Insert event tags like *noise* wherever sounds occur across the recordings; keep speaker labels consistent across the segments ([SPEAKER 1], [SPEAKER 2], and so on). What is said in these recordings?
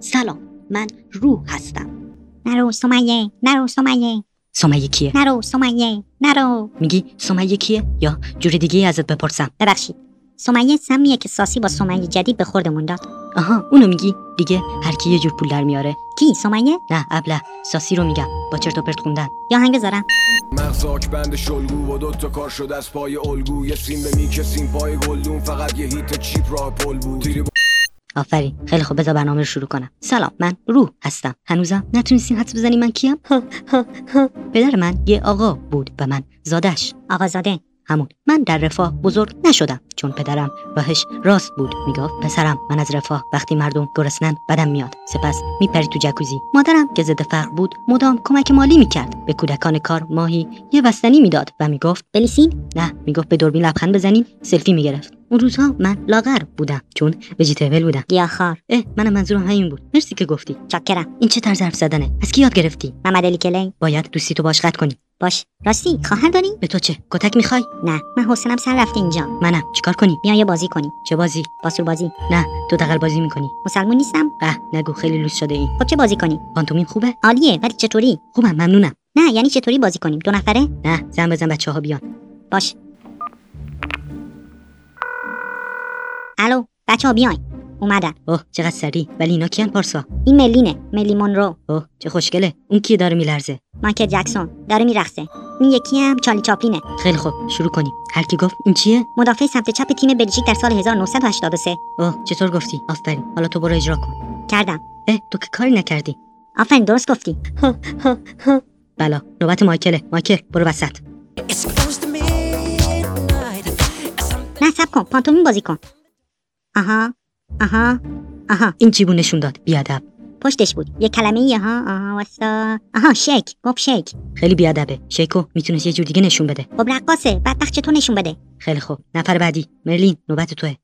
[SPEAKER 1] سلام من روح هستم
[SPEAKER 2] نرو سمیه نرو سمیه
[SPEAKER 3] سمیه کیه
[SPEAKER 2] نرو سمیه نرو
[SPEAKER 3] میگی سمیه کیه یا جور دیگه ازت بپرسم
[SPEAKER 2] ببخشید سمیه سمیه که ساسی با سمیه جدید به خوردمون داد
[SPEAKER 3] آها اونو میگی دیگه هر کی یه جور پول در میاره
[SPEAKER 2] کی سمیه
[SPEAKER 3] نه ابله ساسی رو میگم با چرت و پرت خوندن
[SPEAKER 2] یا هنگ بذارم
[SPEAKER 4] مغزاک بند شلگو و دو تا کار شد از پای الگو یه سیم به میکه سیم پای گلدون فقط یه هیت چیپ راه پل بود تیری با-
[SPEAKER 3] آفرین خیلی خوب بذار برنامه رو شروع کنم سلام من روح هستم هنوزم نتونستین حدس بزنی من کیم پدر من یه آقا بود و من زادش
[SPEAKER 2] آقازاده
[SPEAKER 3] همون من در رفاه بزرگ نشدم چون پدرم راهش راست بود میگفت پسرم من از رفاه وقتی مردم گرسنن بدم میاد سپس میپرید تو جکوزی مادرم که ضد فقر بود مدام کمک مالی میکرد به کودکان کار ماهی یه بستنی میداد و میگفت
[SPEAKER 2] بلیسین
[SPEAKER 3] نه میگفت به دوربین لبخند بزنیم سلفی میگرفت اون روزها من لاغر بودم چون ویژیتیبل بودم
[SPEAKER 2] گیاهخوار
[SPEAKER 3] اه منم منظورم همین بود مرسی که گفتی
[SPEAKER 2] چاکرم
[SPEAKER 3] این چه طرز حرف زدنه از کی یاد گرفتی
[SPEAKER 2] محمد علی کلی
[SPEAKER 3] باید دوستی تو باش قطع کنی
[SPEAKER 2] باش راستی خواهر داری
[SPEAKER 3] به تو چه کتک میخوای
[SPEAKER 2] نه من حوصلم سر رفته اینجا
[SPEAKER 3] منم چیکار کنی
[SPEAKER 2] بیا یه بازی کنیم
[SPEAKER 3] چه بازی
[SPEAKER 2] باسور بازی
[SPEAKER 3] نه تو دقل بازی میکنی
[SPEAKER 2] مسلمون نیستم
[SPEAKER 3] اه نگو خیلی لوس شده این
[SPEAKER 2] خب چه بازی کنیم
[SPEAKER 3] پانتومیم خوبه
[SPEAKER 2] عالیه ولی چطوری
[SPEAKER 3] خوبم ممنونم
[SPEAKER 2] نه یعنی چطوری بازی کنیم دو نفره
[SPEAKER 3] نه زن بزن بچه ها بیان
[SPEAKER 2] باش الو بچه ها بیاین اومدن
[SPEAKER 3] اوه Oh, چقدر سری ولی اینا کیان پارسا
[SPEAKER 2] این ملینه ملی مونرو
[SPEAKER 3] اوه چه خوشگله اون کی داره میلرزه
[SPEAKER 2] مایکل جکسون داره میرقصه این یکی هم چارلی چاپلینه
[SPEAKER 3] خیلی خوب شروع کنیم هر کی گفت این چیه
[SPEAKER 2] مدافع سمت چپ تیم بلژیک در سال 1983
[SPEAKER 3] اوه چطور گفتی آفرین حالا تو برو اجرا کن
[SPEAKER 2] کردم
[SPEAKER 3] اه تو که کاری نکردی
[SPEAKER 2] آفرین درست گفتی
[SPEAKER 3] *laughs* بلا نوبت مایکله مایکل برو وسط
[SPEAKER 2] نه سب کن پانتومین بازی کن
[SPEAKER 3] Ah
[SPEAKER 2] آها آها آها
[SPEAKER 3] این چی بود نشون داد بیادب
[SPEAKER 2] پشتش بود یه کلمه
[SPEAKER 3] ah
[SPEAKER 2] یه ها آها واسا آها شیک گفت شیک
[SPEAKER 3] خیلی بیادبه شیکو میتونست یه جور دیگه نشون بده
[SPEAKER 2] خب رقاصه بدبخت چطور نشون بده
[SPEAKER 3] خیلی خوب نفر بعدی مرلین نوبت توه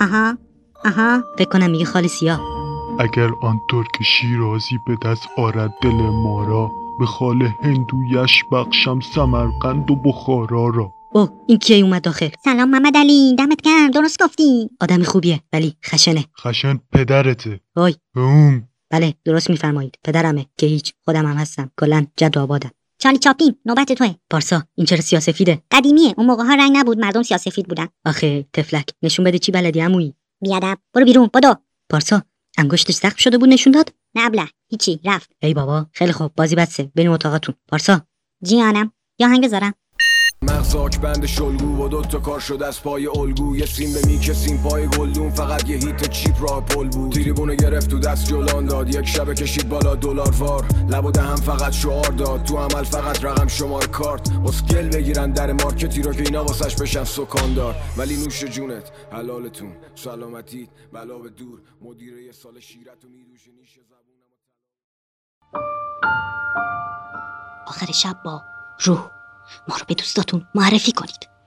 [SPEAKER 2] آها آها
[SPEAKER 3] فکر کنم میگه خال سیاه
[SPEAKER 5] اگر آنطور که شیرازی به دست آرد دل ما را به خال هندویش بخشم سمرقند و بخارا را
[SPEAKER 3] اوه این کیه اومد داخل
[SPEAKER 2] سلام محمد علی دمت گرم درست گفتی
[SPEAKER 3] آدم خوبیه ولی خشنه
[SPEAKER 5] خشن پدرته
[SPEAKER 3] وای
[SPEAKER 5] اوم
[SPEAKER 3] بله درست میفرمایید پدرمه که هیچ خودم هم هستم کلا جد و آبادم
[SPEAKER 2] چارلی چاپلین نوبت توه
[SPEAKER 3] پارسا این چرا سیاسفیده
[SPEAKER 2] قدیمیه اون موقع ها رنگ نبود مردم سیاسفید بودن
[SPEAKER 3] آخه تفلک نشون بده چی بلدی عمویی
[SPEAKER 2] بیادب برو بیرون بدو
[SPEAKER 3] پارسا انگشتش زخم شده بود نشون داد
[SPEAKER 2] نه ابله هیچی رفت
[SPEAKER 3] ای بابا خیلی خوب بازی بسه بریم اتاقتون پارسا
[SPEAKER 2] جیانم یا هنگ بذارم
[SPEAKER 4] مغزاک بند شلگو و دو تا کار شد از پای الگو یه سیم به میکه سیم پای گلدون فقط یه هیت چیپ راه پل بود تیریبونو گرفت تو دست جلان داد یک شب کشید بالا دلار وار لب و دهن فقط شعار داد تو عمل فقط رقم شمار کارت اسکل بگیرن در مارکتی رو که اینا واسش بشن سکاندار ولی نوش جونت حلالتون سلامتی بلا به دور مدیره یه سال شیرت و میدوشه نیش زبونم و-
[SPEAKER 1] آخر شب با روح ما رو به دوستاتون معرفی کنید